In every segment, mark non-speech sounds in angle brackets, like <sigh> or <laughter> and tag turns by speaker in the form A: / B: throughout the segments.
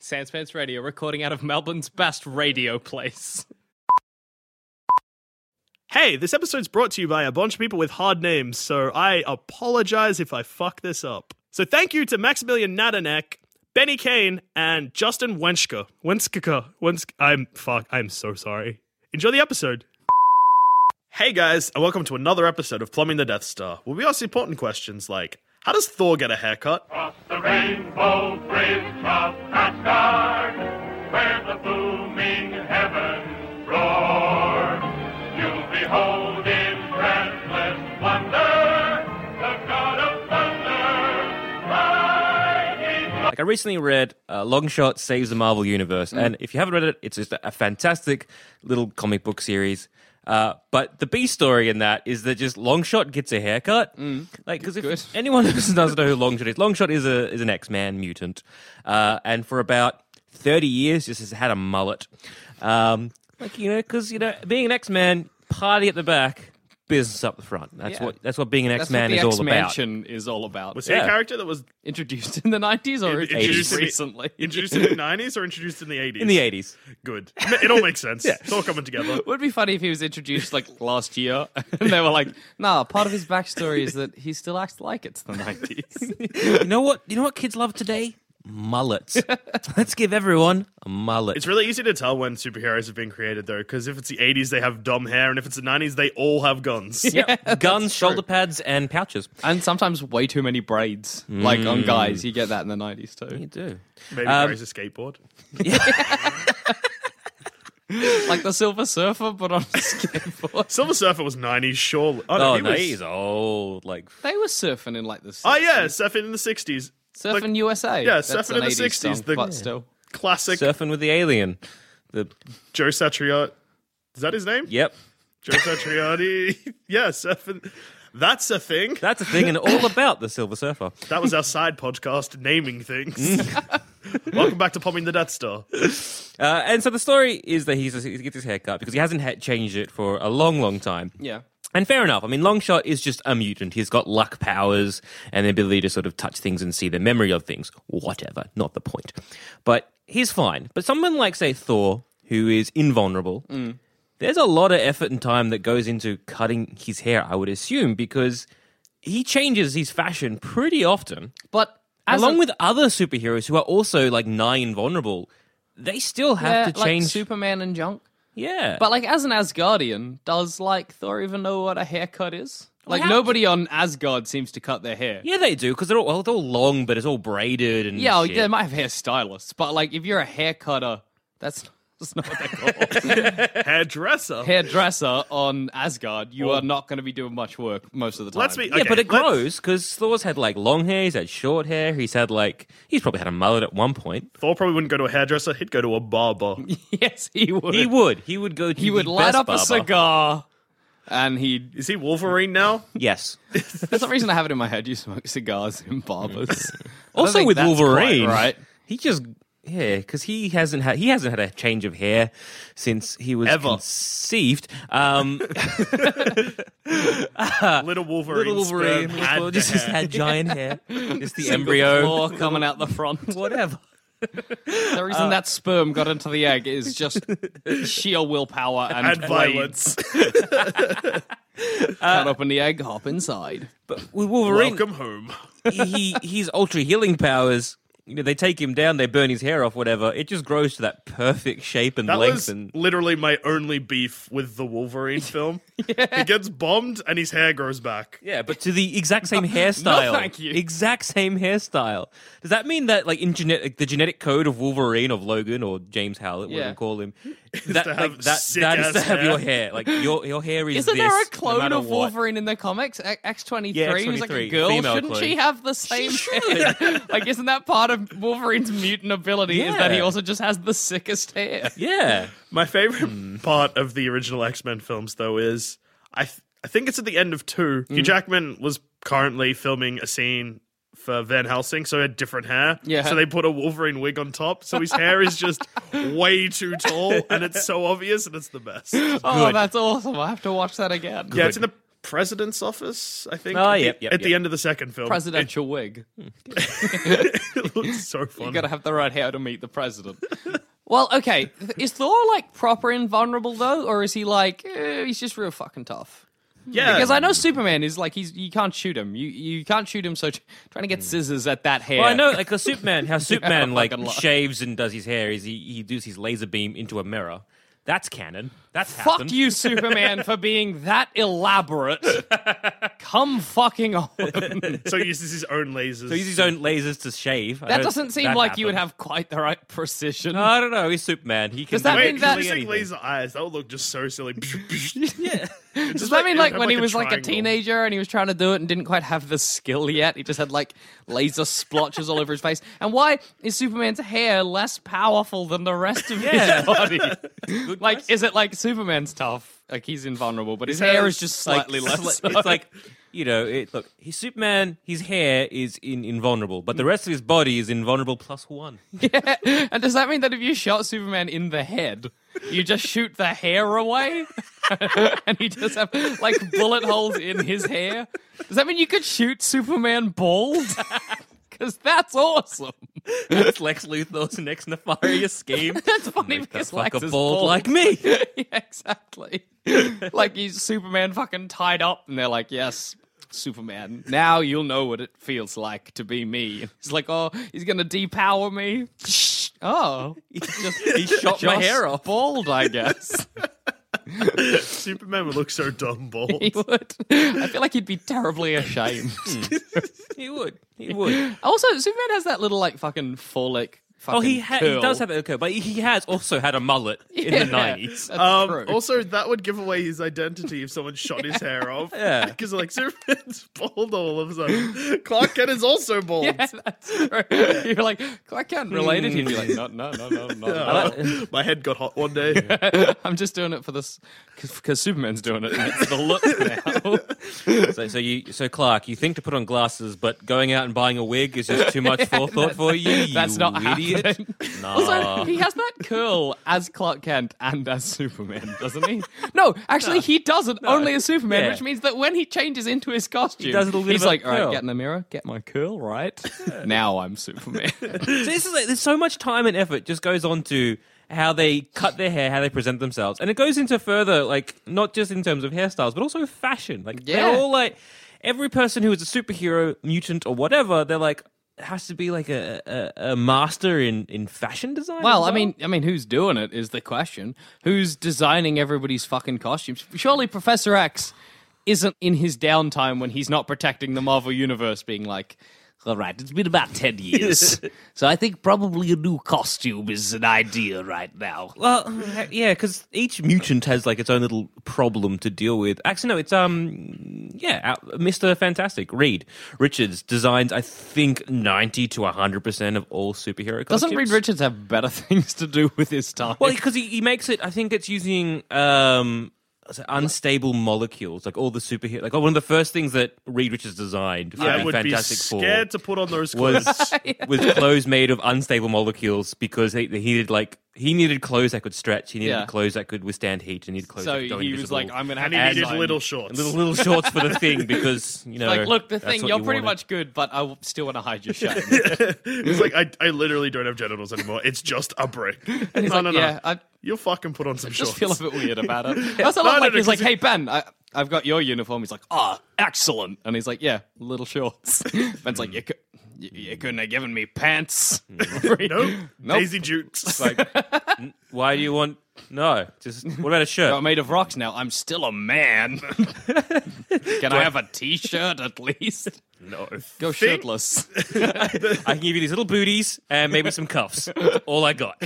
A: Sandspants Radio, recording out of Melbourne's best radio place.
B: Hey, this episode's brought to you by a bunch of people with hard names, so I apologize if I fuck this up. So thank you to Maximilian Nadanek, Benny Kane, and Justin Wenschka. Wenschka. Wensk. I'm fuck. I'm so sorry. Enjoy the episode. Hey guys, and welcome to another episode of Plumbing the Death Star, where we ask important questions like, how does Thor get a haircut?
C: Across the rainbow bridge of Asgard, where the booming heavens roar, you'll behold in breathless wonder the God of thunder riding
D: Like I recently read uh, Long Shot Saves the Marvel Universe,
A: Mm.
D: and if you haven't read it, it's just a fantastic little comic book series. Uh, but the B story in that is that just Long Shot gets a haircut. Like because if
A: Mm. Good.
D: <laughs> anyone who doesn't know who Long Shot is, Long Shot is a is an X Man mutant, uh, and for about thirty years just has had a mullet. Um, like you know, because you know, being an X Man, party at the back, business up the front. That's
A: Yeah.
D: what that's what being an X
A: That's what
D: Man
A: the
D: is all about.
A: X-Mansion is all about.
B: Was he a
D: Yeah.
B: character that was
A: Introduced in the 90s or
B: in-
A: introduced
B: in the-
A: recently? <laughs>
B: introduced
D: <laughs>
B: in the 90s or introduced in the 80s?
D: In the eighties,
B: Good. It all makes
D: <laughs>
B: sense. It's all coming together.
A: It would be funny if he was introduced like last year <laughs> and they were like, nah, part of his backstory is that he still acts like it's the
B: <laughs>
A: 90s.
D: you know what? You know what kids love today? <laughs> Mullets. Let's give everyone a mullet.
B: It's really easy to tell when superheroes have been created, though, because if it's the 80s, they have dumb hair, and if it's the 90s, they all have guns.
D: <laughs> yeah, guns, shoulder pads, and pouches.
A: and sometimes way too many braids. Like
B: Mm.
A: on guys, you get that in the 90s too.
D: do.
B: Maybe
D: Um,
B: carries a skateboard.
A: Like the Silver Surfer, but on a
B: <laughs>
A: skateboard.
B: Silver Surfer was 90s, surely. Oh, no,
D: Oh,
B: he
D: no,
B: was-
D: he's old. Like,
A: They were surfing in like the
B: Oh, yeah, surfing in the 60s.
A: Surfing
B: Like,
A: USA.
B: yeah,
A: That's
B: surfing
A: an
B: in the
A: 80s
B: 60s,
A: song,
B: the-
A: but still.
B: Classic
D: surfing with the alien. The
B: Joe Satriani. Is that his name?
D: yep,
B: Joe Satriani. <laughs> yeah, surfing. That's a thing.
D: that's a thing, and all about the Silver Surfer.
B: That was our side podcast, naming things. <laughs>
D: Mm.
B: Welcome back to Popping the Death Star.
D: Uh, and so the story is that he's, he gets his haircut because he hasn't ha- changed it for a long, long time.
A: Yeah.
D: And fair enough. I mean, Longshot is just a mutant. He's got luck powers and the ability to sort of touch things and see the memory of things. Whatever. Not the point. But he's fine. But someone like, say, Thor, who is invulnerable,
A: Mm.
D: there's a lot of effort and time that goes into cutting his hair, I would assume, because he changes his fashion pretty often.
A: But as
D: Along
A: a-
D: with other superheroes who are also, like, nigh invulnerable, they still have
A: Yeah,
D: to change.
A: like Superman and junk.
D: yeah.
A: But like as an Asgardian, does like Thor even know what a haircut is? Like
D: how-
A: nobody on Asgard seems to cut their hair.
D: yeah, they do because they're all well, it's all long, but it's all braided and
A: Yeah, oh,
D: shit.
A: they might have hairstylists, but like if you're a haircutter, that's that's not what they call
B: Hairdresser.
A: <laughs> hairdresser on Asgard. You are not going to be doing much work most of the time.
B: Let's be.
D: Yeah,
B: okay,
D: but it
B: let's-
D: grows because Thor's had like long hair. He's had short hair. He's had like he's probably had a mullet at one point.
B: Thor probably wouldn't go to a hairdresser, he'd go to a
D: <laughs>
B: barber.
A: <laughs> yes, he would.
D: He would. He would go. To
A: He would
D: the
A: light
D: best
A: up
D: barber.
A: a cigar, and he.
B: Is he Wolverine now?
D: Yes.
A: That's the reason <laughs> I have it in my head. You smoke cigars in barbers. I don't
D: also
A: think
D: with
A: that's quite
D: Wolverine,
A: right?
D: He just yeah, because he hasn't had he hasn't had a change of hair since he was
B: Ever.
D: conceived.
A: <laughs>
D: Um,
B: Little Wolverine.
D: little Wolverine
B: sperm
D: was
B: had
D: born-
B: the
D: just, just
B: hair.
D: had giant hair. Just the
A: Single
D: embryo.
A: claw coming out the front.
D: Whatever.
A: The reason
D: Uh,
A: that sperm got into the egg
D: <laughs>
A: is just sheer willpower and,
B: and
A: blade.
B: <laughs> violence.
D: Uh,
A: Cut open the egg, hop inside.
D: But with Wolverine,
B: Welcome home.
D: he his ultra healing powers. You know, they take him down, they burn his hair off, whatever. It just grows to that perfect shape and
B: That
D: length.
B: was
D: and
B: literally my only beef with the
D: <laughs>
B: Wolverine film. He gets bombed and his hair grows back.
D: yeah, but to the
A: <laughs>
D: exact same hairstyle.
A: thank you.
D: Exact same hairstyle. Does that mean that, like, in genetic, the genetic code of Wolverine, of Logan, or James Howlett, whatever
A: Yeah.
D: you
A: <laughs>
D: call him, that,
B: to
D: like,
B: have
D: that,
B: sick
D: that is to
B: ass
D: have your
B: hair.
D: hair. Like, your your hair is
A: Isn't
D: this.
A: there a
D: no
A: clone
D: matter
A: of
D: what.
A: Wolverine in the comics? X twenty
D: Yeah,
A: three was like a
D: X-23,
A: girl.
D: female
A: Shouldn't she
D: clone.
A: have the same? hair? <laughs> like, isn't that part of Wolverine's mutant ability? Is that he
D: Yeah.
A: also just has the sickest hair?
D: Yeah.
B: My favorite part of the original X Men films, though, is I th- I think it's at the end of two. Hugh Jackman was currently filming a scene for Van Helsing, so he had different hair.
A: Yeah.
B: So they put a Wolverine wig on top, so his hair is
D: <laughs>
B: just way too tall, and it's so obvious, and it's the best. Yeah,
A: Oh, that's awesome! I have to watch that again.
B: it's in the president's office, I think.
D: Oh,
B: at the-
D: yep, yep,
B: At the
D: yep.
B: end of the second film, <laughs>
A: Presidential wig.
B: it looks so funny.
A: You gotta have the right hair to meet the president. <laughs> well, okay. Th- Is Thor like proper invulnerable though, or is he like eh, he's just real fucking tough?
B: yeah,
A: Because I know Superman is like he's you can't shoot him. You you can't shoot him. So t- trying to get scissors at that hair.
D: Hmm. Well, I know, like a Superman,
A: <laughs>
D: how Superman
A: I'm
D: like
A: fucking lying.
D: shaves and does his hair is he, he does his laser beam into a mirror. That's canon. That's <laughs>
A: Fuck
D: happened.
A: you, Superman, for being that
D: <laughs>
A: elaborate. Come fucking on. That
B: so he uses his own lasers.
D: So he uses his own lasers to shave. That
A: doesn't seem like you would have quite the right precision.
D: I don't know. He's Superman. He can.
A: Does that
D: do
B: Wait,
A: mean that-
D: literally
B: he's using laser
D: anything.
B: eyes. That would look just so
D: <laughs>
B: silly.
A: Does that mean like
B: have,
A: when
B: like,
A: he
B: a
A: was like a
B: triangle?
A: teenager and he was trying to do it and didn't quite have the skill yet? He just had like laser splotches all over his face. And why is Superman's hair less powerful than the rest of his body? like, is it like Superman's tough? Like he's invulnerable, but his,
B: His
A: hair
B: hair
A: is
B: is
A: just
D: like,
A: slightly <laughs> less.
D: sli- it's like you know. It, look, he's Superman. His hair is in, invulnerable, but the rest of his body is invulnerable
A: <laughs>
D: plus one. <laughs>
A: And does that mean that if you shot Superman in the head, you just shoot the hair away? <laughs> and he just have like bullet holes in his hair? Does that mean you could shoot Superman bald? <laughs> Because that's awesome. <laughs>
D: That's Lex Luthor's next
A: <laughs>
D: nefarious scheme.
A: That's funny
D: Make that
A: because Lex
D: fucker
A: is
D: bald
A: bald. <laughs>
D: like me.
A: yeah, exactly. like he's Superman fucking tied up, and they're like, yes. Superman. Now you'll know what it feels like to be me. He's like, oh, he's gonna depower me. Oh, he just
D: <laughs> He shot my
A: just
D: hair off.
A: Bald, I
D: <laughs>
A: guess.
B: Superman would look so dumb
D: <laughs>
B: bald.
A: he would. I feel like he'd be terribly ashamed.
D: Hmm. He would. He would.
A: also, Superman has that little like fucking folic. Fucking
D: Oh, he, ha- he
A: curl. <laughs>
D: does have a curl, but he has also had a mullet in
A: Yeah,
D: the nineties.
A: that's true.
B: Um, also, that would give away his identity if someone shot his hair off.
D: <laughs> Yeah.
B: <laughs> Because, like, Superman's <laughs> bald all of a sudden. Clark Kent is also
A: <laughs>
B: bald.
A: yeah, that's true. You're like Clark Kent related. He'd be
D: Hmm.
A: like, no, no, no, no, no.
B: Uh, <laughs> my head got hot one day.
A: I'm just doing it for this because Superman's doing it. And it's the look now.
D: <laughs> So, so you, so Clark, you think to put on glasses, but going out and buying a wig is just too much forethought for <laughs> you.
A: That's
D: you
A: not
D: idiot.
A: happening.
D: <laughs>
A: <laughs>
D: Nah.
A: Also, he has that curl as Clark Kent and as Superman, doesn't he? <laughs> No, actually, he doesn't. Only as Superman,
D: Yeah.
A: which means that when he changes into his costume,
D: does a little bit
A: he's
D: of a
A: like, "All right,
D: curl."
A: get in the mirror, get my curl right. <laughs> now I'm <laughs> Superman."
D: So this is like, there's so much time and effort just goes on to how they cut their hair, how they present themselves, and it goes into further like not just in terms of hairstyles, but also fashion. Like
A: Yeah.
D: they're all like every person who is a superhero, mutant, or whatever, they're like has to be like a a, a master in in fashion design. as
A: well, I mean, I mean, who's doing it is the question. Who's designing everybody's fucking costumes? Surely Professor X isn't in his downtime when he's not protecting the Marvel universe, being like, "All right, it's been about <laughs> ten years, so I think probably a new costume is an idea right now."
D: Well, yeah, because each mutant has like its own little problem to deal with. Actually, no, it's um, yeah, uh, Mister Fantastic Reed Richards designs, I think, ninety to hundred percent of all
A: Doesn't
D: superhero. costumes.
A: Reed Richards have better <laughs> things to do with his time?
D: Well, because he, he makes it. I think it's using um. what's it, Unstable molecules, like all the superhero, like oh, one of the first things that Reed Richards designed for
B: I
D: the
B: would
D: Fantastic
B: be
D: Four
B: scared to put on those clothes.
D: was
A: <laughs>
D: was clothes made of unstable molecules because he, he needed like he needed clothes that could stretch, he needed
A: Yeah.
D: clothes that could withstand heat, he needed clothes.
A: so
D: that could
A: he
D: go
A: was
D: invisible.
A: like, "I'm gonna have
B: and he
A: to
B: needed
A: design-
B: little shorts.
D: <laughs> little little shorts
A: <laughs>
D: for the thing because you know
A: Like, look, the
D: that's
A: thing,
D: what
A: you're
D: you
A: pretty
D: wanted.
A: much good, but I w- still want to hide your shame.
B: It's like, I, I literally don't have genitals anymore. It's just a brick.
A: <laughs>
B: no,
A: like,
B: no, no.
A: yeah, I-
B: You'll fucking put on some
A: just
B: shorts.
A: feel a bit weird about it. That's a
B: No,
A: lot
B: no,
A: like
B: no,
A: he's like,
B: 'cause
A: hey Ben, I, I've got your uniform. He's like, ah, excellent. And he's like, yeah, little <laughs> shorts. Ben's like, you, cou- you, you couldn't have given me pants. <laughs>
B: <laughs> Nope.
A: <gasps> Nope.
B: Daisy Jukes.
D: Like, "N- why do you want? No, just what about a
A: I'm <laughs>
D: shirt?
A: made of rocks now. I'm still a man. Can I have a t-shirt at least?
D: No,
A: Go shirtless.
D: I can give you these little booties and maybe some cuffs. That's all
A: <laughs>
D: I got.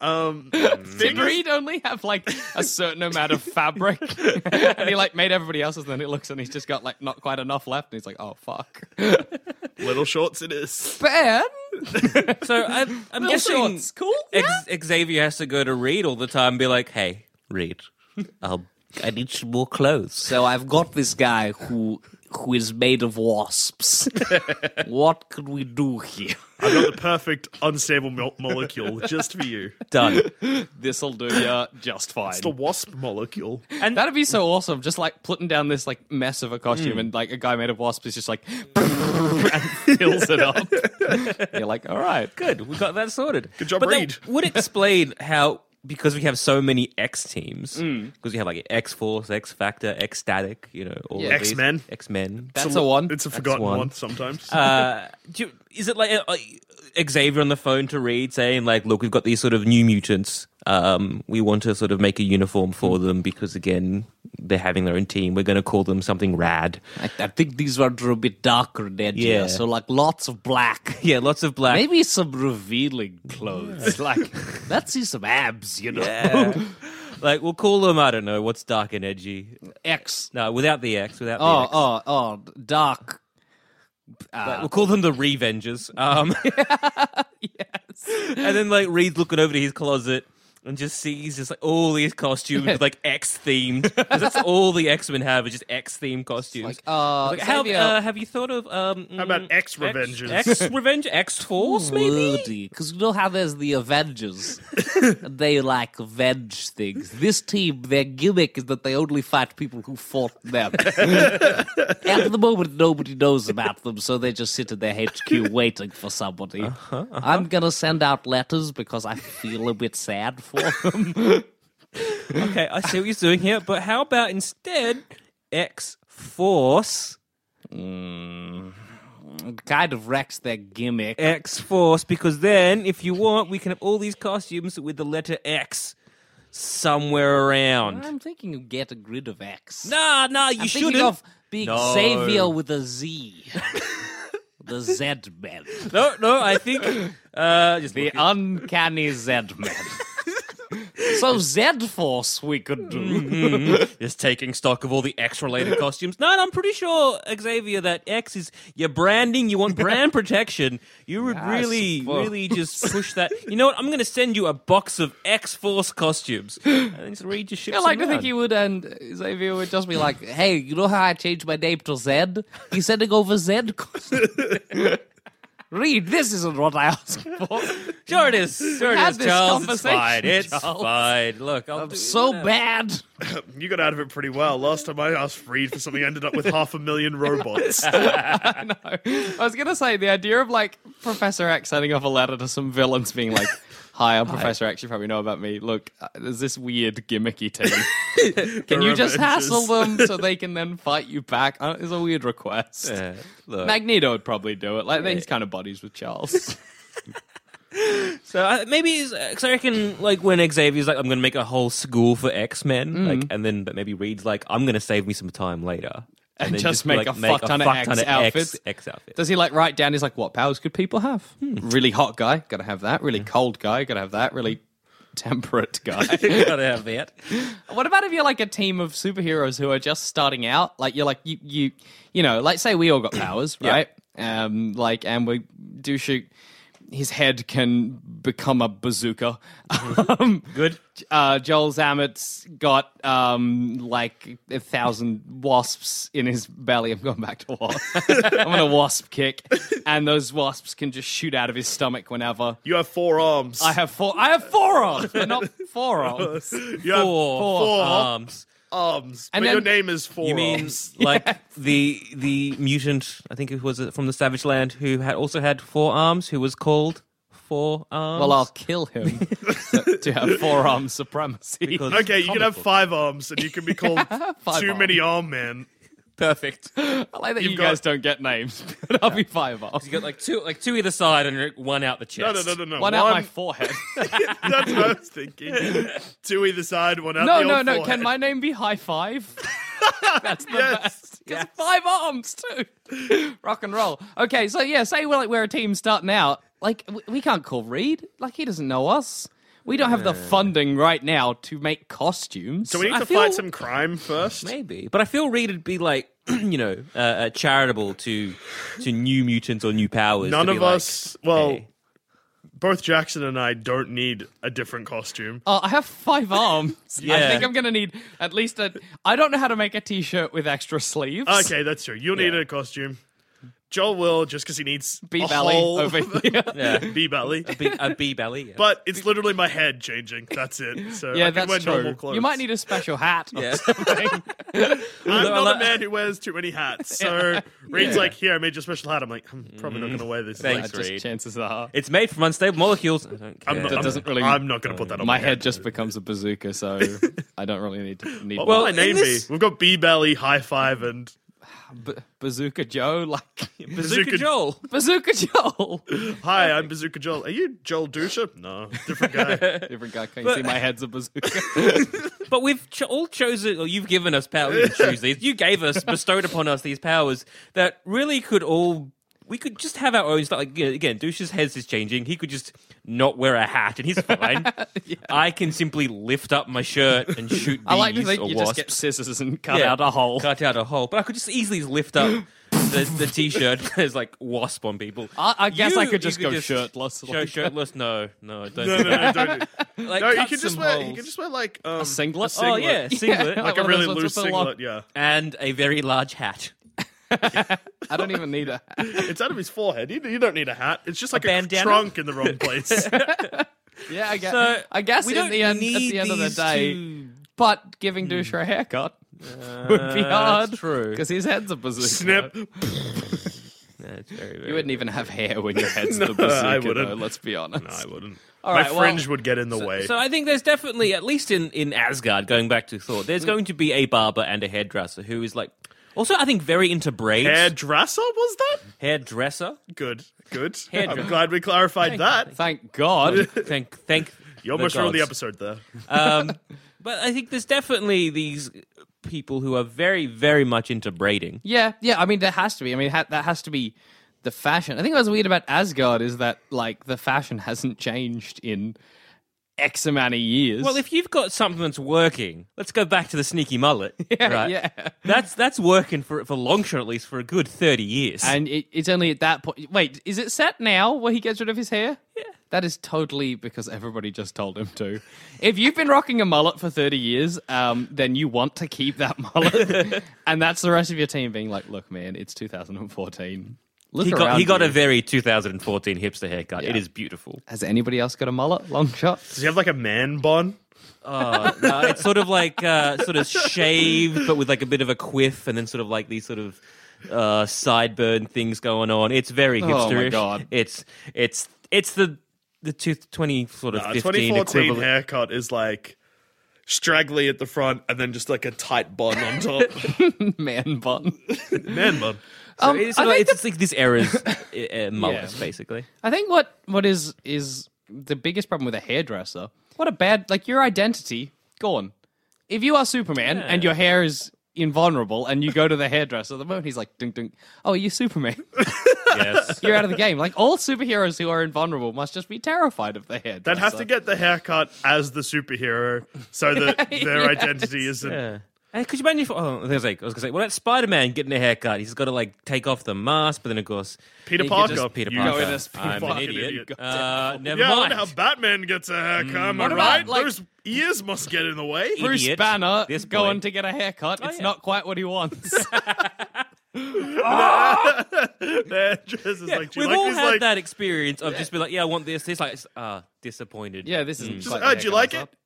A: Did Reed only have like a certain amount of fabric? <laughs> and he like made everybody else's, and then he looks and he's just got like not quite enough left, and he's like, oh fuck.
B: <laughs> Little shorts
A: <laughs>
B: it is.
A: Ben?
D: So I'm, I'm guessing
A: shorts, cool,
D: Ex- Xavier has to go to Reed all the time and be like, "Hey, Reed, I'll, I need some more clothes."
A: So I've got this guy who who is made of wasps. what could we do here?
B: I've got the perfect unstable mo- molecule just
A: <laughs>
B: for you.
D: Done.
A: <laughs> This'll do ya just fine.
B: It's the wasp molecule. <laughs>
A: And that'd be so awesome, just like putting down this like mess of a
B: Hmm.
A: costume, and like a guy made of wasps is just like <laughs> and fills it up. You're like, all right,
D: Good, we got
B: <laughs>
D: that sorted. Good
B: job,
D: but that
B: Reed.
D: would explain how because we have so many X teams, because
B: Mm.
D: we have like X Force, X Factor, X Static, you know, all of these-
B: X-Men.
D: X Men.
A: that's a one.
B: It's a forgotten
D: one.
B: one. sometimes.
D: Uh, do you, is it like uh, Xavier on the phone to Reed saying like, "Look, we've got these sort of new mutants. Um, we want to sort of make a uniform for them because again, they're having their own team. We're going to call them something rad.
E: I, I think these ones are a bit darker and edgier,
D: Yeah.
E: so like lots of black. <laughs>
D: Yeah, lots of <laughs> black.
E: Maybe some revealing clothes. Like, let's see some abs, you know?
D: Like we'll call them. I don't know what's dark and edgy.
E: <laughs> X.
D: No, without the X. Without the
E: Oh,
D: X.
E: oh, oh, dark.
D: Like, we'll call them the Revengers.
E: <laughs>
D: Um, <laughs> And then like Reed's looking over to his closet. And just sees just like all these costumes with like X
E: <laughs>
D: themed. That's all the X Men have is just X themed costumes.
E: Like, uh,
D: Like, how,
E: Xavier-
D: uh, have you thought of um,
B: How about X Revengers?
D: X Revenge X Force maybe?
E: Because you know how there's the
D: <laughs>
E: Avengers, and they like avenge things. This team, their gimmick is that they only fight people who fought
D: <laughs>
E: them. At the moment, nobody knows about them, so they just sit in their
D: <laughs>
E: HQ waiting for somebody.
D: Uh-huh,
E: I'm gonna send out letters because I feel a bit sad for them.
D: Okay, I see what you're doing here, but how about instead X Force?
E: It kind of wrecks their gimmick.
D: X Force, because then if you want, we can have all these costumes with the letter X somewhere around.
E: I'm thinking of getting rid of X.
D: Nah, nah, you
E: I'm
D: shouldn't.
E: thinking of being
D: No.
E: Xavier with a
D: <laughs>
E: Z. the Z men.
D: No, no, I think <laughs> uh,
E: <laughs>
D: just
E: The
D: look-
E: uncanny Z men. so Z Force we could <laughs>
D: Mm-hmm.
E: do.
D: just taking stock of all the X related costumes. No, no, I'm pretty sure, Xavier, that X is your branding.
E: <laughs>
D: You want brand protection. You would really,
E: suppose.
D: really
E: <laughs>
D: just push that. You know what? I'm going to send you a box of X Force
E: <gasps>
D: costumes. And then just read your shit.
E: I like to think he would, and Xavier would just be like, "Hey, you know how I changed my name to Zed? He's sending over Zed."
D: <laughs>
E: Reed, this isn't what I asked for.
D: Sure it is. Sure it
E: had
D: is,
E: this
D: Charles. It's
E: conversation,
D: fine. It's
E: Charles.
D: fine. Look, I'll
E: I'm
D: do
E: so
D: whatever.
E: bad.
B: you got out of it pretty well. Last time I asked Reed for something, I ended up with half a million
A: <laughs>
B: robots.
A: I know. I was gonna say the idea of like Professor X sending off a letter to some villains, being <laughs> like, "Hi, I'm Professor X. You probably know about me. Look, uh, there's this weird gimmicky <laughs> team. can you just
B: Revengers.
A: hassle them so they can <laughs> then fight you back?" Uh, It's a weird request.
D: Yeah, look.
A: Magneto would probably do it. Like he's kind of buddies with Charles.
D: So I, maybe because I reckon, like when Xavier's like, I'm going to make a whole school for X Men, like, and then but maybe Reed's like, I'm going to save me some time later,
A: <laughs>
D: and,
A: And
D: then
A: just make a fuck ton of X outfits. Hmm.
D: X, X outfits.
A: Does he like write down? He's like, "What powers could people have? Really hot guy, gotta have that. Really cold guy, gotta have that. Really." Temperate <laughs> guy.
D: gotta have that.
A: What about if you're like a team of superheroes who are just starting out? Like you're like you you you know, like say we all got
B: <clears throat>
A: powers, right? Um like and we do shoot his head can become a bazooka. <laughs>
B: Mm-hmm.
A: um,
D: Good.
A: Uh, Joel Zammett's got um, like a thousand wasps in his belly. I'm going back to wasp. <laughs> I'm on a wasp kick, and those wasps can just shoot out of his stomach whenever.
B: you have four arms.
A: I have four. I have four arms, but not four arms.
B: <laughs> you have
D: <laughs> Four,
B: four arms.
D: arms.
A: And
B: but your
A: then-
B: name is four
D: You mean
B: arms.
D: like the uh, the mutant? I think it was from the Savage Land who had also had four arms. Who was called four arms.
A: Well, I'll kill him to- to have forearm <laughs> supremacy.
D: Because-
B: Okay, you can
D: comic
B: have
D: book.
B: five arms, and
A: <laughs>
B: you can be called
A: Five
B: Too Many Arm Man.
D: perfect.
A: I like that you
B: You've got-
A: guys don't get names, <laughs> but I'll be five arms.
D: You got like two, like two either side, and one out the
B: No,
D: chest.
B: no, no, no, no.
A: One out my <laughs>
B: <laughs>
A: forehead.
B: <laughs> That's what I
A: <laughs>
B: was thinking. Two either side, one out
A: no,
B: the
A: no,
B: old
A: no.
B: forehead.
A: Can my name be High
B: <laughs>
A: Five? That's the
B: Yes.
A: best. Because five arms too. <laughs> Rock and roll. Okay, so yeah, say we're like we're a team starting out. Like we, we can't call Reed. Like he doesn't know us. We don't have the funding right now to make costumes.
B: So we need
D: I
B: to
D: feel-
B: fight some crime first.
D: Maybe, but I feel Reed would be like, <clears throat> you know, uh, uh, charitable to to new mutants or new powers.
B: None
D: to be
B: of
D: like,
B: us. Well,
D: hey.
B: both Jackson and I don't need a different costume.
A: Uh, I have
B: <laughs>
A: five arms. I
D: Yeah.
A: think I'm gonna need at least a. I don't know how to make a t-shirt with extra sleeves.
B: Okay, that's true. You'll need a costume. Joel will just because he needs
A: B
B: a
A: Valley
B: whole- <laughs>
A: over here. <laughs>
B: bee belly.
D: Be- a bee belly. yeah.
B: But it's literally my head changing. That's it. So I
A: Yeah,
B: can wear
A: that's
B: normal
A: true.
B: clothes.
A: You might need a special hat.
D: Yeah.
B: <laughs> I'm
D: Although I
B: not a
D: like-
B: man who wears too many hats.
D: <laughs>
B: So Reed's like, "Here, I made you a special hat." I'm like, "I'm probably not going to wear this."
D: Mm-hmm. Thanks,
B: Like,
A: Just
D: Reed.
A: chances are.
D: It's made from unstable molecules. I don't care.
B: I'm not,
A: That
B: I'm,
A: doesn't really-
B: I'm not going to put that on
A: My
B: <laughs>
A: head just becomes a bazooka, so I don't really need to need
B: What
A: well,
B: will my
D: in
B: name
D: this-
B: be? We've got bee belly, high five, and
A: bazooka Joe. Like
B: <laughs>
D: Bazooka
B: Bazooka-
D: Joel.
A: bazooka
B: <laughs>
A: Joe.
B: hi. I'm Bazooka Joel. Are you Joel Dusha? No, different
D: <laughs>
B: guy.
A: Different guy. Can you see my head's a bazooka?
B: <laughs>
D: But we've cho- all chosen, or you've given us power. We didn't choose these. You gave us, bestowed upon us these powers that really could all. We could just have our own stuff. Like you know, again, Douche's heads is changing. He could just not wear a hat, and
A: <laughs>
D: he's fine. I can simply lift up my shirt and shoot. Bees
A: I like to think
D: or
A: you
D: wasps.
A: just get scissors and cut
D: Yeah.
A: out a hole.
D: Cut out a hole. But I could just easily lift up the, the t-shirt. <laughs> There's like wasp on people.
A: I- I guess I could just
D: you
A: go shirtless,
D: Show
A: like-
D: shirtless? No, no, don't.
B: No,
D: do
B: no,
D: that.
B: no, don't. do-
D: Like,
B: No, you
D: cut
B: can just
D: some
B: wear. You
D: holes.
B: can just wear like um, a
A: singlet?
D: Oh yeah, <laughs> singlet
B: like
A: one
B: a
A: of
B: really
A: those ones
B: loose
A: with the long-
B: singlet. Yeah,
D: and a very large hat.
A: I don't even need
B: <laughs>
A: a hat.
B: it's out of his forehead. You, you don't need a hat. It's just like a,
D: bandana?
B: trunk in the
D: <laughs>
B: wrong place.
A: Yeah, I guess.
D: So,
A: I guess
D: we
A: in
D: don't
A: the end, at
D: need
A: the end of the
D: these
A: day,
D: to- Uh,
A: but giving Dusha a haircut would be
D: that's
A: hard.
D: true.
A: because his head's a bazooka.
B: Snip.
D: That's very, very
A: You wouldn't even have hair when your
D: <laughs>
A: head's the bazooka.
B: I
A: Though,
B: wouldn't.
A: let's be honest.
B: I wouldn't.
A: right,
B: My
A: well-
B: fringe would get in the way.
D: e- So I think there's definitely, at least in, in Asgard, going back to Thor, there's going to be a barber and a hairdresser who is like, also I think very into braids.
B: Hairdresser was that?
D: hairdresser.
B: Good, good.
D: Hairdresser.
B: I'm glad we clarified that.
A: Thank
D: <laughs>
A: God.
D: thank, thank.
B: You almost ruined the
D: gods.
B: episode there.
D: Um, but I think there's definitely these people who are very, very much into braiding.
A: Yeah, yeah. I mean, there has to be. I mean, ha- that has to be the fashion. I think what's weird about Asgard is that like the fashion hasn't changed in X amount of years.
D: Well, if you've got something that's working, let's go back to the sneaky mullet. right?
A: <laughs> yeah.
D: That's that's working for for Longshot at least for a good thirty years.
A: and it, it's only at that point. Wait, is it set now where he gets rid of his hair? Yeah. That is totally because everybody just told him to. If you've been rocking a mullet for 30 years, um, then you want to keep that
D: <laughs>
A: mullet. and that's the rest of your team being like, look, man, it's 2014. Look
D: he
A: around
D: got he got
A: you.
D: a very 2014 hipster haircut. It
A: Yeah.
D: is beautiful.
A: Has anybody else got a mullet? Long shot. <laughs>
B: Does he have like a man bun?
D: Uh, uh, it's sort of like uh, sort of shaved, but with like a bit of a quiff, and then sort of like these sort of uh, sideburn things going on. It's very
A: Oh, my
D: hipsterish.
A: God.
D: It's it's it's the the two, 20 sort of
B: Uh,
D: 15
B: 2014
D: equivalent.
B: haircut is like straggly at the front and then just like a tight bun on
D: <laughs>
B: top.
A: Man bun.
B: man bun.
A: Um,
D: It's,
A: I
D: sort of-
A: think
D: it's, it's like this era's uh, uh, mullet, basically.
A: I think what what is is the biggest problem with a hairdresser. What a bad like your identity gone. If you are Superman and your hair is invulnerable and you go to the hairdresser, the moment he's like, "Dunk dunk," oh, you Superman, <laughs>
D: Yes.
A: you're out of the game. Like all superheroes who are invulnerable must just be terrified of the hairdresser.
B: They'd have to get the haircut as the superhero so
D: <laughs>
B: that their identity isn't.
D: Yeah. Hey, could you imagine if oh, I was like I was gonna say, what about Spider Man getting a haircut? He's got to like take off the mask, but then of course
B: Peter
D: he could
B: Parker.
D: just- Peter
B: You
D: Parker.
B: go in
A: as Peter
D: I'm an
B: Parker,
D: idiot.
B: idiot.
D: Uh, never
B: Yeah, I
D: mind.
B: wonder how Batman gets a haircut.
D: Mm.
B: am I
A: What about,
B: right?
A: like-
B: Those ears must get in the way.
A: Bruce
D: idiot,
A: Banner
D: this
A: going
D: boy. Oh,
A: to get a haircut. it's
D: yeah.
A: not quite what he
D: <laughs>
A: wants. <laughs>
B: Their dress is like, do you
D: We've
B: like
D: all
B: these,
D: had
B: like,
D: that experience of just be like, yeah, I want this. This like, ah, disappointed.
A: yeah, this isn't.
B: Just,
A: quite
B: oh,
A: the
B: do
A: haircut
B: you like
A: I
B: it?
A: thought.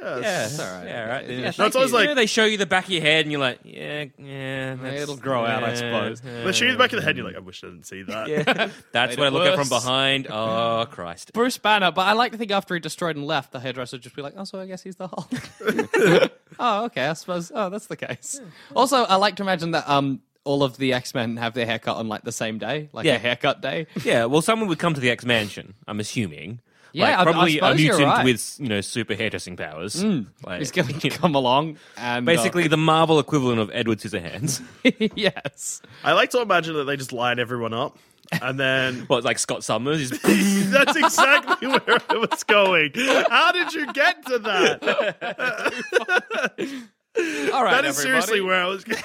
D: Yeah, it's all right. Yeah, all right. Yeah,
B: No, it's always like-
D: they show you the back of your head, and you're like, yeah, yeah, that's-
A: It'll grow out, I suppose.
B: But shoot you in the back of the head, you're
D: Mm.
B: like, I wish I didn't see that.
D: That's
A: Made
D: what I
A: it
D: look at from
A: worse.
D: behind. Oh Christ!
A: Bruce Banner, but I like to think after he destroyed and left, the hairdresser would just be like, oh, so I guess he's the Hulk.
D: <laughs>
A: oh, okay, I suppose. Oh, that's the case. Also, I like to imagine that um, all of the X Men have their haircut on like the same day, like
D: Yeah.
A: a haircut
D: <laughs>
A: day.
D: Yeah, well, someone would come to the X Mansion. I'm assuming.
A: Yeah,
D: Like,
A: I- I
D: probably a
A: suppose you're
D: mutant
A: right. Hmm.
D: with you know super hairdressing powers. Like,
A: He's <laughs> going to come along and. uh,
D: basically the Marvel equivalent of Edward Scissorhands.
A: <laughs>
D: <laughs>
A: yes.
B: I like to imagine that they just line everyone up. And then <laughs>
D: well, it's like Scott Summers.
A: <laughs>
D: He's
B: that's exactly where I was going. How did you get
A: <laughs>
B: to that?
A: All right.
B: that is seriously
A: everybody.
B: where I was going.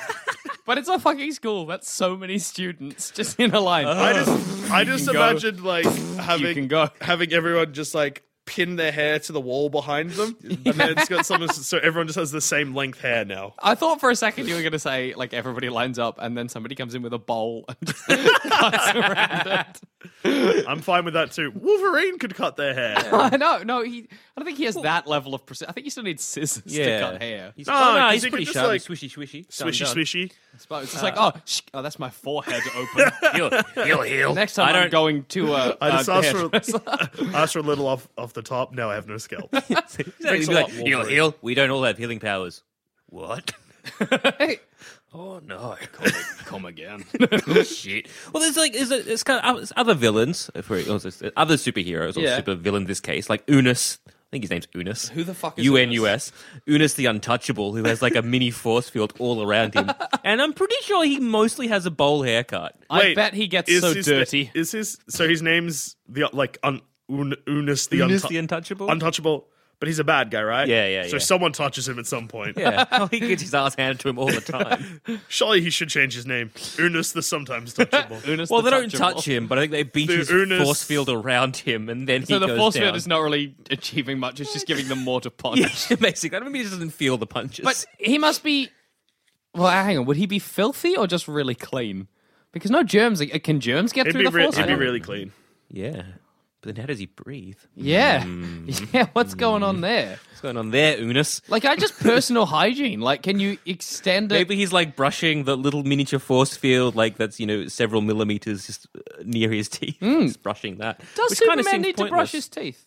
A: But it's a fucking school. That's so many students just in a line.
D: Uh-huh.
A: <laughs>
B: I just, I just
A: can go.
B: imagined like
A: can
B: having
A: go.
B: having everyone just like pin their hair to the wall behind them, and then it's got someone so everyone just has the same length hair now.
A: I thought for a second you were going to say like everybody lines up and then somebody comes in with a bowl and just <laughs> cuts around it.
B: I'm fine with that too. Wolverine could cut their hair.
A: <laughs> I know, no, he. I don't think he has that level of precision. I think he still needs scissors to cut hair.
D: He's,
B: No,
D: oh, no,
B: 'cause
D: he's
B: he could
D: pretty
B: just,
D: sharp.
B: like,
D: swishy, swishy,
B: Swishy, swishy.
A: I suppose. It's just like, oh, sh- oh, that's my forehead <laughs> open.
D: <laughs> swishy. He'll, he'll, heal.
A: Next time
D: Oh, I
A: I'm
D: don't.
A: going to uh, a.
B: I just
A: a
B: asked
A: hairdresser.
B: for, <laughs> asked for a little off off the top. Now I have
A: <laughs>
B: no scalp.
D: <laughs> He'll
B: Thanks a
D: be like,
B: lot,
D: heal,
B: Wolverine.
D: heal. We don't all have healing powers. What?
A: <laughs> Hey,
D: Oh <laughs> no. Oh,
A: come
D: <laughs>
A: again.
D: shit. Well, there's like there's, a, it's kind of there's other villains, if we're- also, other superheroes or
A: Yeah.
D: super villain. This case, like Unus. I think his name's Unus. Who
A: the fuck is
D: UNUS? Unus the Untouchable, who has like a mini force field all around <laughs> him, and I'm pretty sure he mostly has a bowl <laughs> haircut.
A: I bet he gets
B: is
A: so
B: his-
A: dirty.
B: Is his so his name's the like un, un, Unus the,
D: Unus
B: untou-
D: the Untouchable.
B: untouchable, but he's a bad guy, right?
D: Yeah, yeah,
B: So
D: yeah.
B: someone touches him at some point.
D: yeah, Oh, he gets his ass handed to him all the time.
B: <laughs> Surely he should change his name. Unus the sometimes
D: <laughs>
B: touchable.
A: Unus
D: <laughs> well,
A: the
D: they don't
A: touchable.
D: touch him, but I think they beat
B: The
D: his
B: Unus-
D: force field around him, and then
A: So
D: he
A: the
D: goes
A: force
D: down.
A: field is not really achieving much. It's just giving them more to punch.
D: <laughs> yeah, basically. I don't mean he doesn't feel the punches.
A: But he must be. Well, uh, hang on. Would he be filthy or just really clean? Because no germs. uh, Can germs get
B: It'd
A: through
B: be,
A: the
B: re-
A: force
B: it'd be
A: field?
B: really clean.
D: yeah, but then how does he breathe?
A: Yeah. <laughs> Yeah. What's going on there?
D: What's going on there, Unus?
A: Like, I just personal hygiene. Like, can you extend it?
D: Maybe he's like brushing the little miniature force field, like that's you know several millimeters just uh, near his <laughs> teeth. Just brushing that.
A: Hmm. Does
D: Which kinda
A: Superman
D: seems
A: need to
D: pointless.
A: brush his teeth?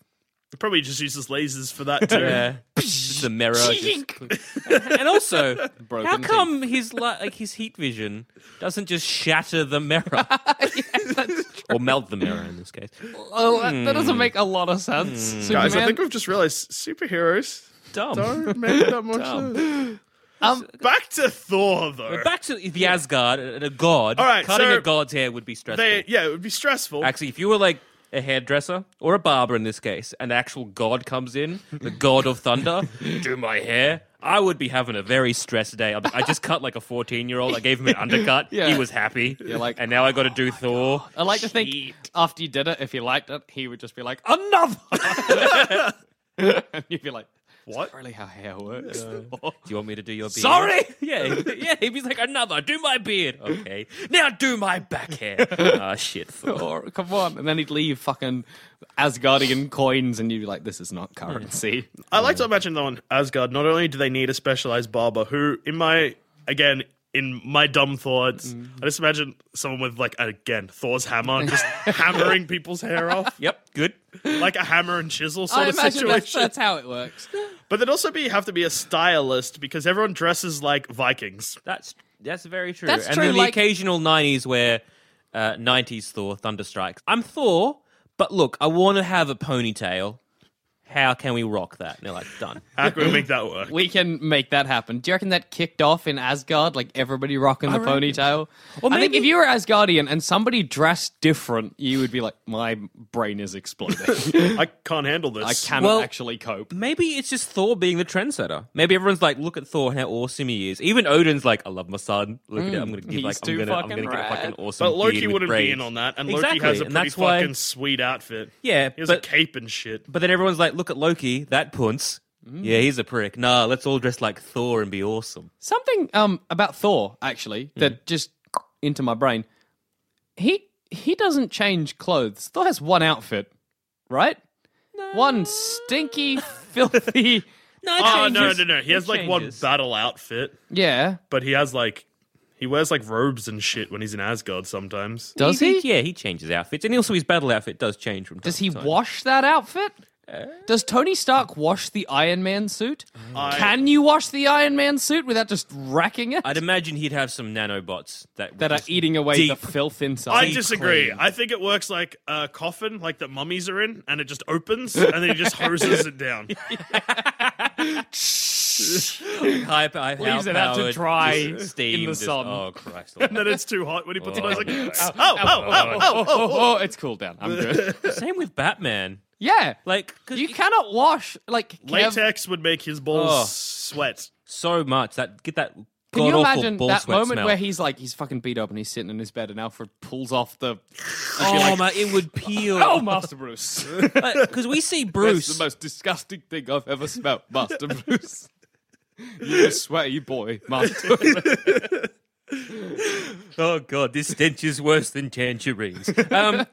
B: It probably just uses lasers for that too.
D: Yeah, <laughs> Just the mirror. just- <laughs>
B: <laughs>
D: And also, how
A: teeth.
D: come his li- like his heat vision doesn't just shatter
A: <laughs>
D: the mirror <laughs> or melt the mirror in this case?
A: Oh, that, that doesn't make a lot of sense. Superman.
B: Guys, I think we've just realized superheroes
D: Dumb.
B: don't make that much sense.
A: Um,
B: Back to Thor though.
D: But back to the Asgard and a god.
B: All right,
D: cutting
B: so
D: a god's hair would be stressful.
B: they, yeah, it would be stressful.
D: Actually, if you were like a hairdresser or a barber in this case, an actual god comes in, the god of
A: <laughs>
D: thunder, do my hair. I would be having a very stressed day. I'd be- I just cut like a fourteen-year-old. I gave him an undercut.
A: Yeah.
D: He was happy. You're
A: like, "Oh
D: and now I got to do Thor.
A: I like to think after you did it, if he liked it, he would just be like, <laughs> enough! and you'd be like,
B: what?
A: really how hair <laughs> works.
D: <laughs> Do you want me to do your beard?
A: Sorry!
D: <laughs> Yeah, yeah. He was like, another. Do my beard. Okay. Now do my back
A: <laughs>
D: hair. Ah, shit. Thor.
A: Or, come on. And then he'd leave fucking Asgardian coins, and you'd be like, this is not currency. <laughs>
B: I like to imagine though on Asgard, not only do they need a specialized barber who, in my again, in my dumb thoughts,
D: Mm.
B: I just imagine someone with like again Thor's hammer
D: <laughs>
B: just hammering people's hair off,
D: Yep. Good.
B: like a hammer and chisel sort
A: I
B: of
A: imagine
B: situation.
A: that's, that's how it works.
B: But there'd also be have to be a stylist because everyone dresses like Vikings.
D: That's that's very true.
A: That's
D: and
A: true,
D: then the
A: like-
D: occasional '90s where uh, '90s Thor thunderstrikes. I'm Thor, but look, I want to have a ponytail. How can we rock that? And they're like, done.
B: How can we make that
D: <laughs>
A: <laughs>
B: work?
A: We can make that happen. Do you reckon that kicked off in Asgard? Like everybody rocking the ponytail? I think if you were Asgardian and somebody dressed different, you would be like, my brain is exploding.
B: I can't handle this.
A: <laughs> I cannot
D: Well-
A: actually cope.
D: Maybe it's just Thor being the trendsetter. Maybe everyone's like, look at Thor and how awesome he is. Even Odin's like, I love my son. Look at it. I'm gonna give
A: Mm, he's
D: like I'm
A: too
D: gonna, I'm
A: fucking
D: gonna get a fucking
A: rad."
D: awesome.
B: But Loki
D: beard with
B: wouldn't be
D: braids."
B: in on that, and
D: exactly.
B: Loki has a
D: and
B: pretty
D: that's
B: fucking
D: why-
B: sweet outfit.
D: Yeah,
B: he has a
D: but-
B: cape and shit.
D: But then everyone's like, look at Loki, that punts.
A: Mm.
D: Yeah, he's a prick. Nah, let's all dress like Thor and be awesome.
A: Something um about Thor actually that just into my brain. He he doesn't change clothes. Thor has one outfit, right? One stinky, filthy
D: No, it
B: Oh no,
D: changes.
B: no, no! He
D: It
B: has like one
D: changes.
B: battle outfit,
A: Yeah.
B: but he has like he wears like robes and shit when he's in Asgard sometimes.
A: Does he?
D: Yeah, he changes outfits, and also his battle outfit does change from. Time
A: Does he
D: to time.
A: wash that outfit? Does Tony Stark wash the Iron Man suit?
B: I-
A: Can you wash the Iron Man suit without just wrecking it?
D: I'd imagine he'd have some nanobots that would
A: that are
D: just
A: eating away
D: deep-
A: the filth inside.
B: I disagree. I think it works like a coffin, like that mummies are in, and it just opens, and then he just hoses it <laughs> down.
D: <laughs> high, high,
A: Leaves it out to
D: powered,
A: dry
D: just steam,
A: in the
D: just-
A: sun.
D: Oh
A: <laughs>
D: Christ!
B: And then it's too hot when he puts it on. He's like,
D: Oh,
B: oh, oh, oh, oh, oh.
A: oh, it's cooled down. I'm good.
D: Same with Batman.
A: yeah,
D: Like 'cause
A: you
D: he-
A: cannot wash like Kev-
B: Latex would make his balls
D: Oh.
B: sweat.
D: so much that get that.
A: Can you
D: god-awful
A: imagine
D: ball
A: that
D: sweat
A: moment
D: smell.
A: where he's like he's fucking beat up and he's sitting in his bed and Alfred pulls off the
D: Oh my! It would <laughs> peel.
A: oh <laughs> Master Bruce.
D: Because we see Bruce.
A: That's the most disgusting thing I've ever smelt, Master Bruce. <laughs> You sweaty boy, Master.
D: Oh god, this stench is worse than tangerines.
A: <laughs>
D: Um,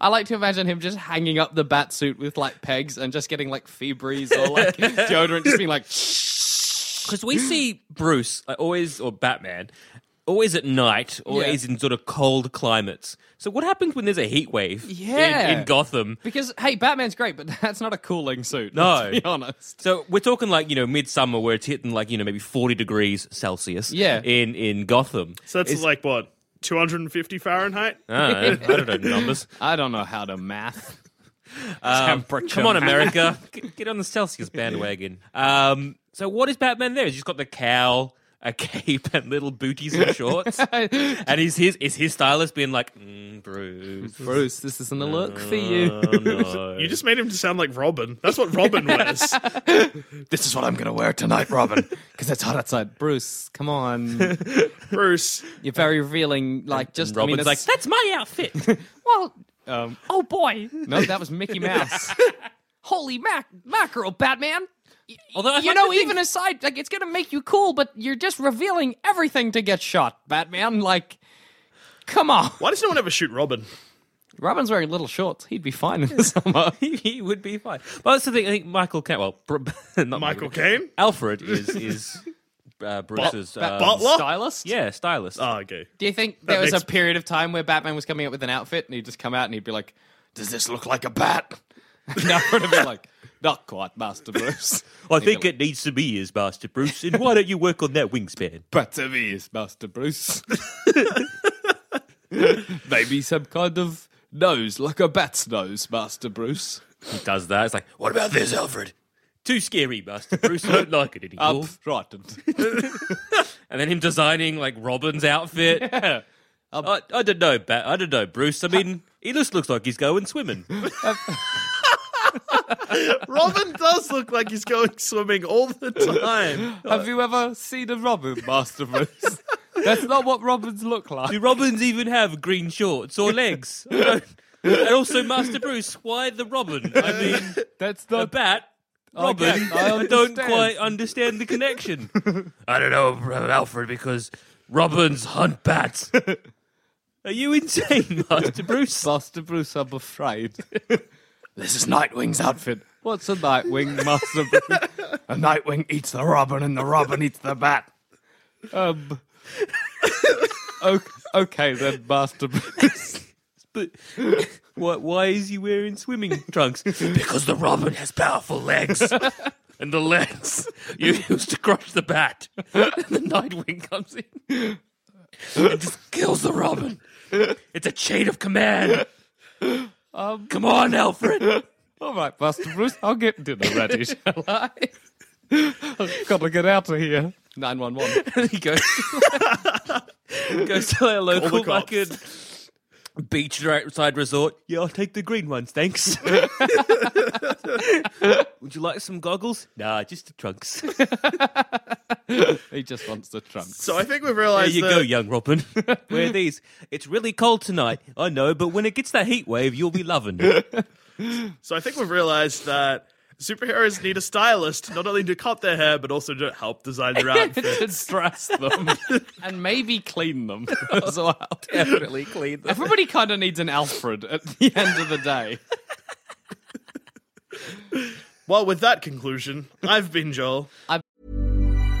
A: I like to imagine him just hanging up the bat suit with like pegs and just getting like Febreze or like deodorant, just being like,
D: Because we see <gasps> Bruce uh, always, or Batman, always at night, always in sort of cold climates. So what happens when there's a heat wave in-
A: Yeah.
D: in, Gotham?
A: because hey, Batman's great, but <laughs> that's not a cooling suit.
D: No.
A: let's be honest.
D: So we're talking like you know midsummer where it's hitting like you know maybe forty degrees Celsius.
A: Yeah.
D: In in Gotham. Ah,
B: So that's like what, 250 Fahrenheit?
D: I don't know, I don't know numbers.
A: I don't know how to math. <laughs> Temperature.
D: Come on, America, Get- get on the Celsius bandwagon. Um, so what is Batman there? He's just got the cowl, a <laughs> cape, and little booties and shorts. and is his is his stylist being like mm, Bruce?
A: <laughs> Bruce, this isn't a look for you.
D: Oh, no.
B: You just made him sound like Robin. That's what Robin <laughs> wears.
A: This is what I'm going to wear tonight, Robin, <laughs> because it's hot outside. Bruce, come on.
B: Bruce.
A: You're very revealing. Like, just I mean,
D: Robin's like,
A: it's-
D: that's my
A: <laughs>
D: outfit. <laughs>
A: Well, um, oh boy. No, that was Mickey Mouse. <laughs> Holy mac- mackerel, <laughs> Batman. Y-
D: Although I
A: you
D: find
A: know,
D: the thing-
A: even aside, like it's gonna make you cool, but you're just revealing everything to get shot, Batman. Like, come on.
B: Why does no one ever shoot Robin?
A: Robin's wearing little shorts. He'd be fine in the <laughs> summer.
D: <laughs> he would be fine. But that's the thing. I think Michael Caine. Well, Br- <laughs> not
B: Michael Caine?
D: Alfred
B: <laughs>
D: is is uh, Bruce's um,
B: Butler?
A: Stylist.
D: Yeah, stylist.
B: Oh, okay.
A: Do you think there was
B: makes-
A: a period of time where Batman was coming up with an outfit and he'd just come out and he'd be like, "Does this look like a bat?" <laughs> And Alfred would be like, "Not quite, Master Bruce." <laughs>
D: I think it needs to be his master Bruce. And why don't you work on that wingspan?
A: Better me is Master Bruce. <laughs> Maybe some kind of nose, like a bat's nose, Master Bruce.
D: He does that. It's like, what about this, Alfred? Too scary, Master Bruce. I don't
B: <laughs>
D: like it anymore.
A: Uprightened.
D: And then him designing like
B: <laughs>
D: Robin's outfit. I, I don't know, Bat. I don't know, Bruce. I mean, he just looks like he's going swimming.
B: Robin does look like he's going swimming all the <laughs> time.
A: Have you ever seen a robin, Master Bruce? That's not what robins look
D: Do
A: like.
D: robins even have green shorts or legs? I don't- and also, Master Bruce, why the robin? I mean,
A: That's
D: a
A: not.
D: bat. Robin,
A: get- Uh, I
D: I, don't
A: understand.
D: quite understand the connection. <laughs> I don't know, Alfred, because robins hunt bats. Are you insane, Master Bruce?
A: Master Bruce, I'm afraid. this is Nightwing's outfit. What's a Nightwing, Master Bruce?
F: A Nightwing eats the robin and the robin eats the bat.
A: Um. <laughs> o- Okay then, Master Bruce.
D: But why, why is he wearing <laughs> swimming trunks? because the robin has powerful <laughs> legs. And the legs you use to crush the bat. And the Nightwing comes in and just kills the robin. It's a chain of command. Come on, Alfred.
A: All right, Master Bruce, I'll get dinner ready, shall I? <laughs> I've got to get out of here. 911.
D: And he goes, goes to a local
B: cops.
D: fucking beachside resort. Yeah, I'll take the green ones, <laughs> thanks. Would you like some goggles? Nah, just the trunks.
A: He just wants the trunks.
B: So I think we've
D: There
B: realized
D: you
B: that
D: go, young <laughs> Robin. Wear uh, these. It's really cold tonight. I know, but when it gets that heat wave, you'll be loving it.
B: So I think we've realized that superheroes need a stylist not only to cut their hair but also to help design their
A: <laughs>
D: <laughs>
B: outfit.
A: To dress them <laughs> and maybe clean <laughs> them as well. Definitely clean them. Everybody kind <laughs> of needs an Alfred at the end of the day.
B: Well, with that conclusion, I've been Joel.
G: A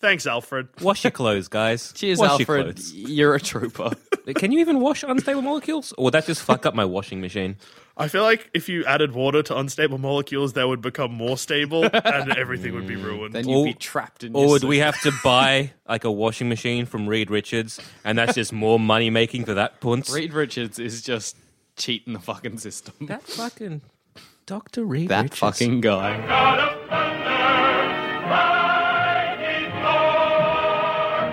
B: Thanks, Alfred.
D: Wash your clothes, guys.
A: Cheers,
D: wash Your
A: Alfred.
D: clothes.
A: You're a trooper.
D: Can you even wash unstable molecules? Or would that just fuck up my washing <laughs> machine?
B: I feel like if you added water to unstable molecules, they would become more stable and everything would be
A: <laughs>
B: ruined.
A: Mm, then
D: Or-
A: you'd be trapped in.
D: Or
A: your
D: would we
A: suit.
D: have to buy like a washing machine from Reed Richards, and that's just more money making for that punce?
A: <laughs> Reed Richards is just cheating the fucking system.
D: That fucking Doctor Reed.
A: <laughs> that
D: Richards.
A: fucking guy.
C: God of thunder, mighty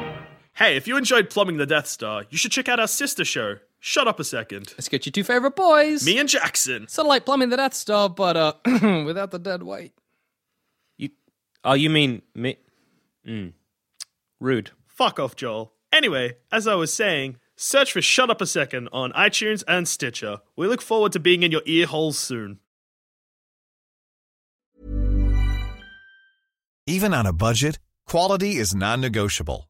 C: Thor.
B: hey, if you enjoyed Plumbing the Death Star, you should check out our sister show, Shut Up a Second.
A: Let's get your two favorite boys.
B: Me and Jackson.
A: Sort of like plumbing the Death Star, but uh, <clears throat> without the dead weight.
D: You, oh, you mean me? Mm. Rude.
B: Fuck off, Joel. Anyway, as I was saying, search for Shut Up a Second on iTunes and Stitcher. We look forward to being in your ear holes soon.
H: Even on a budget, quality is non-negotiable.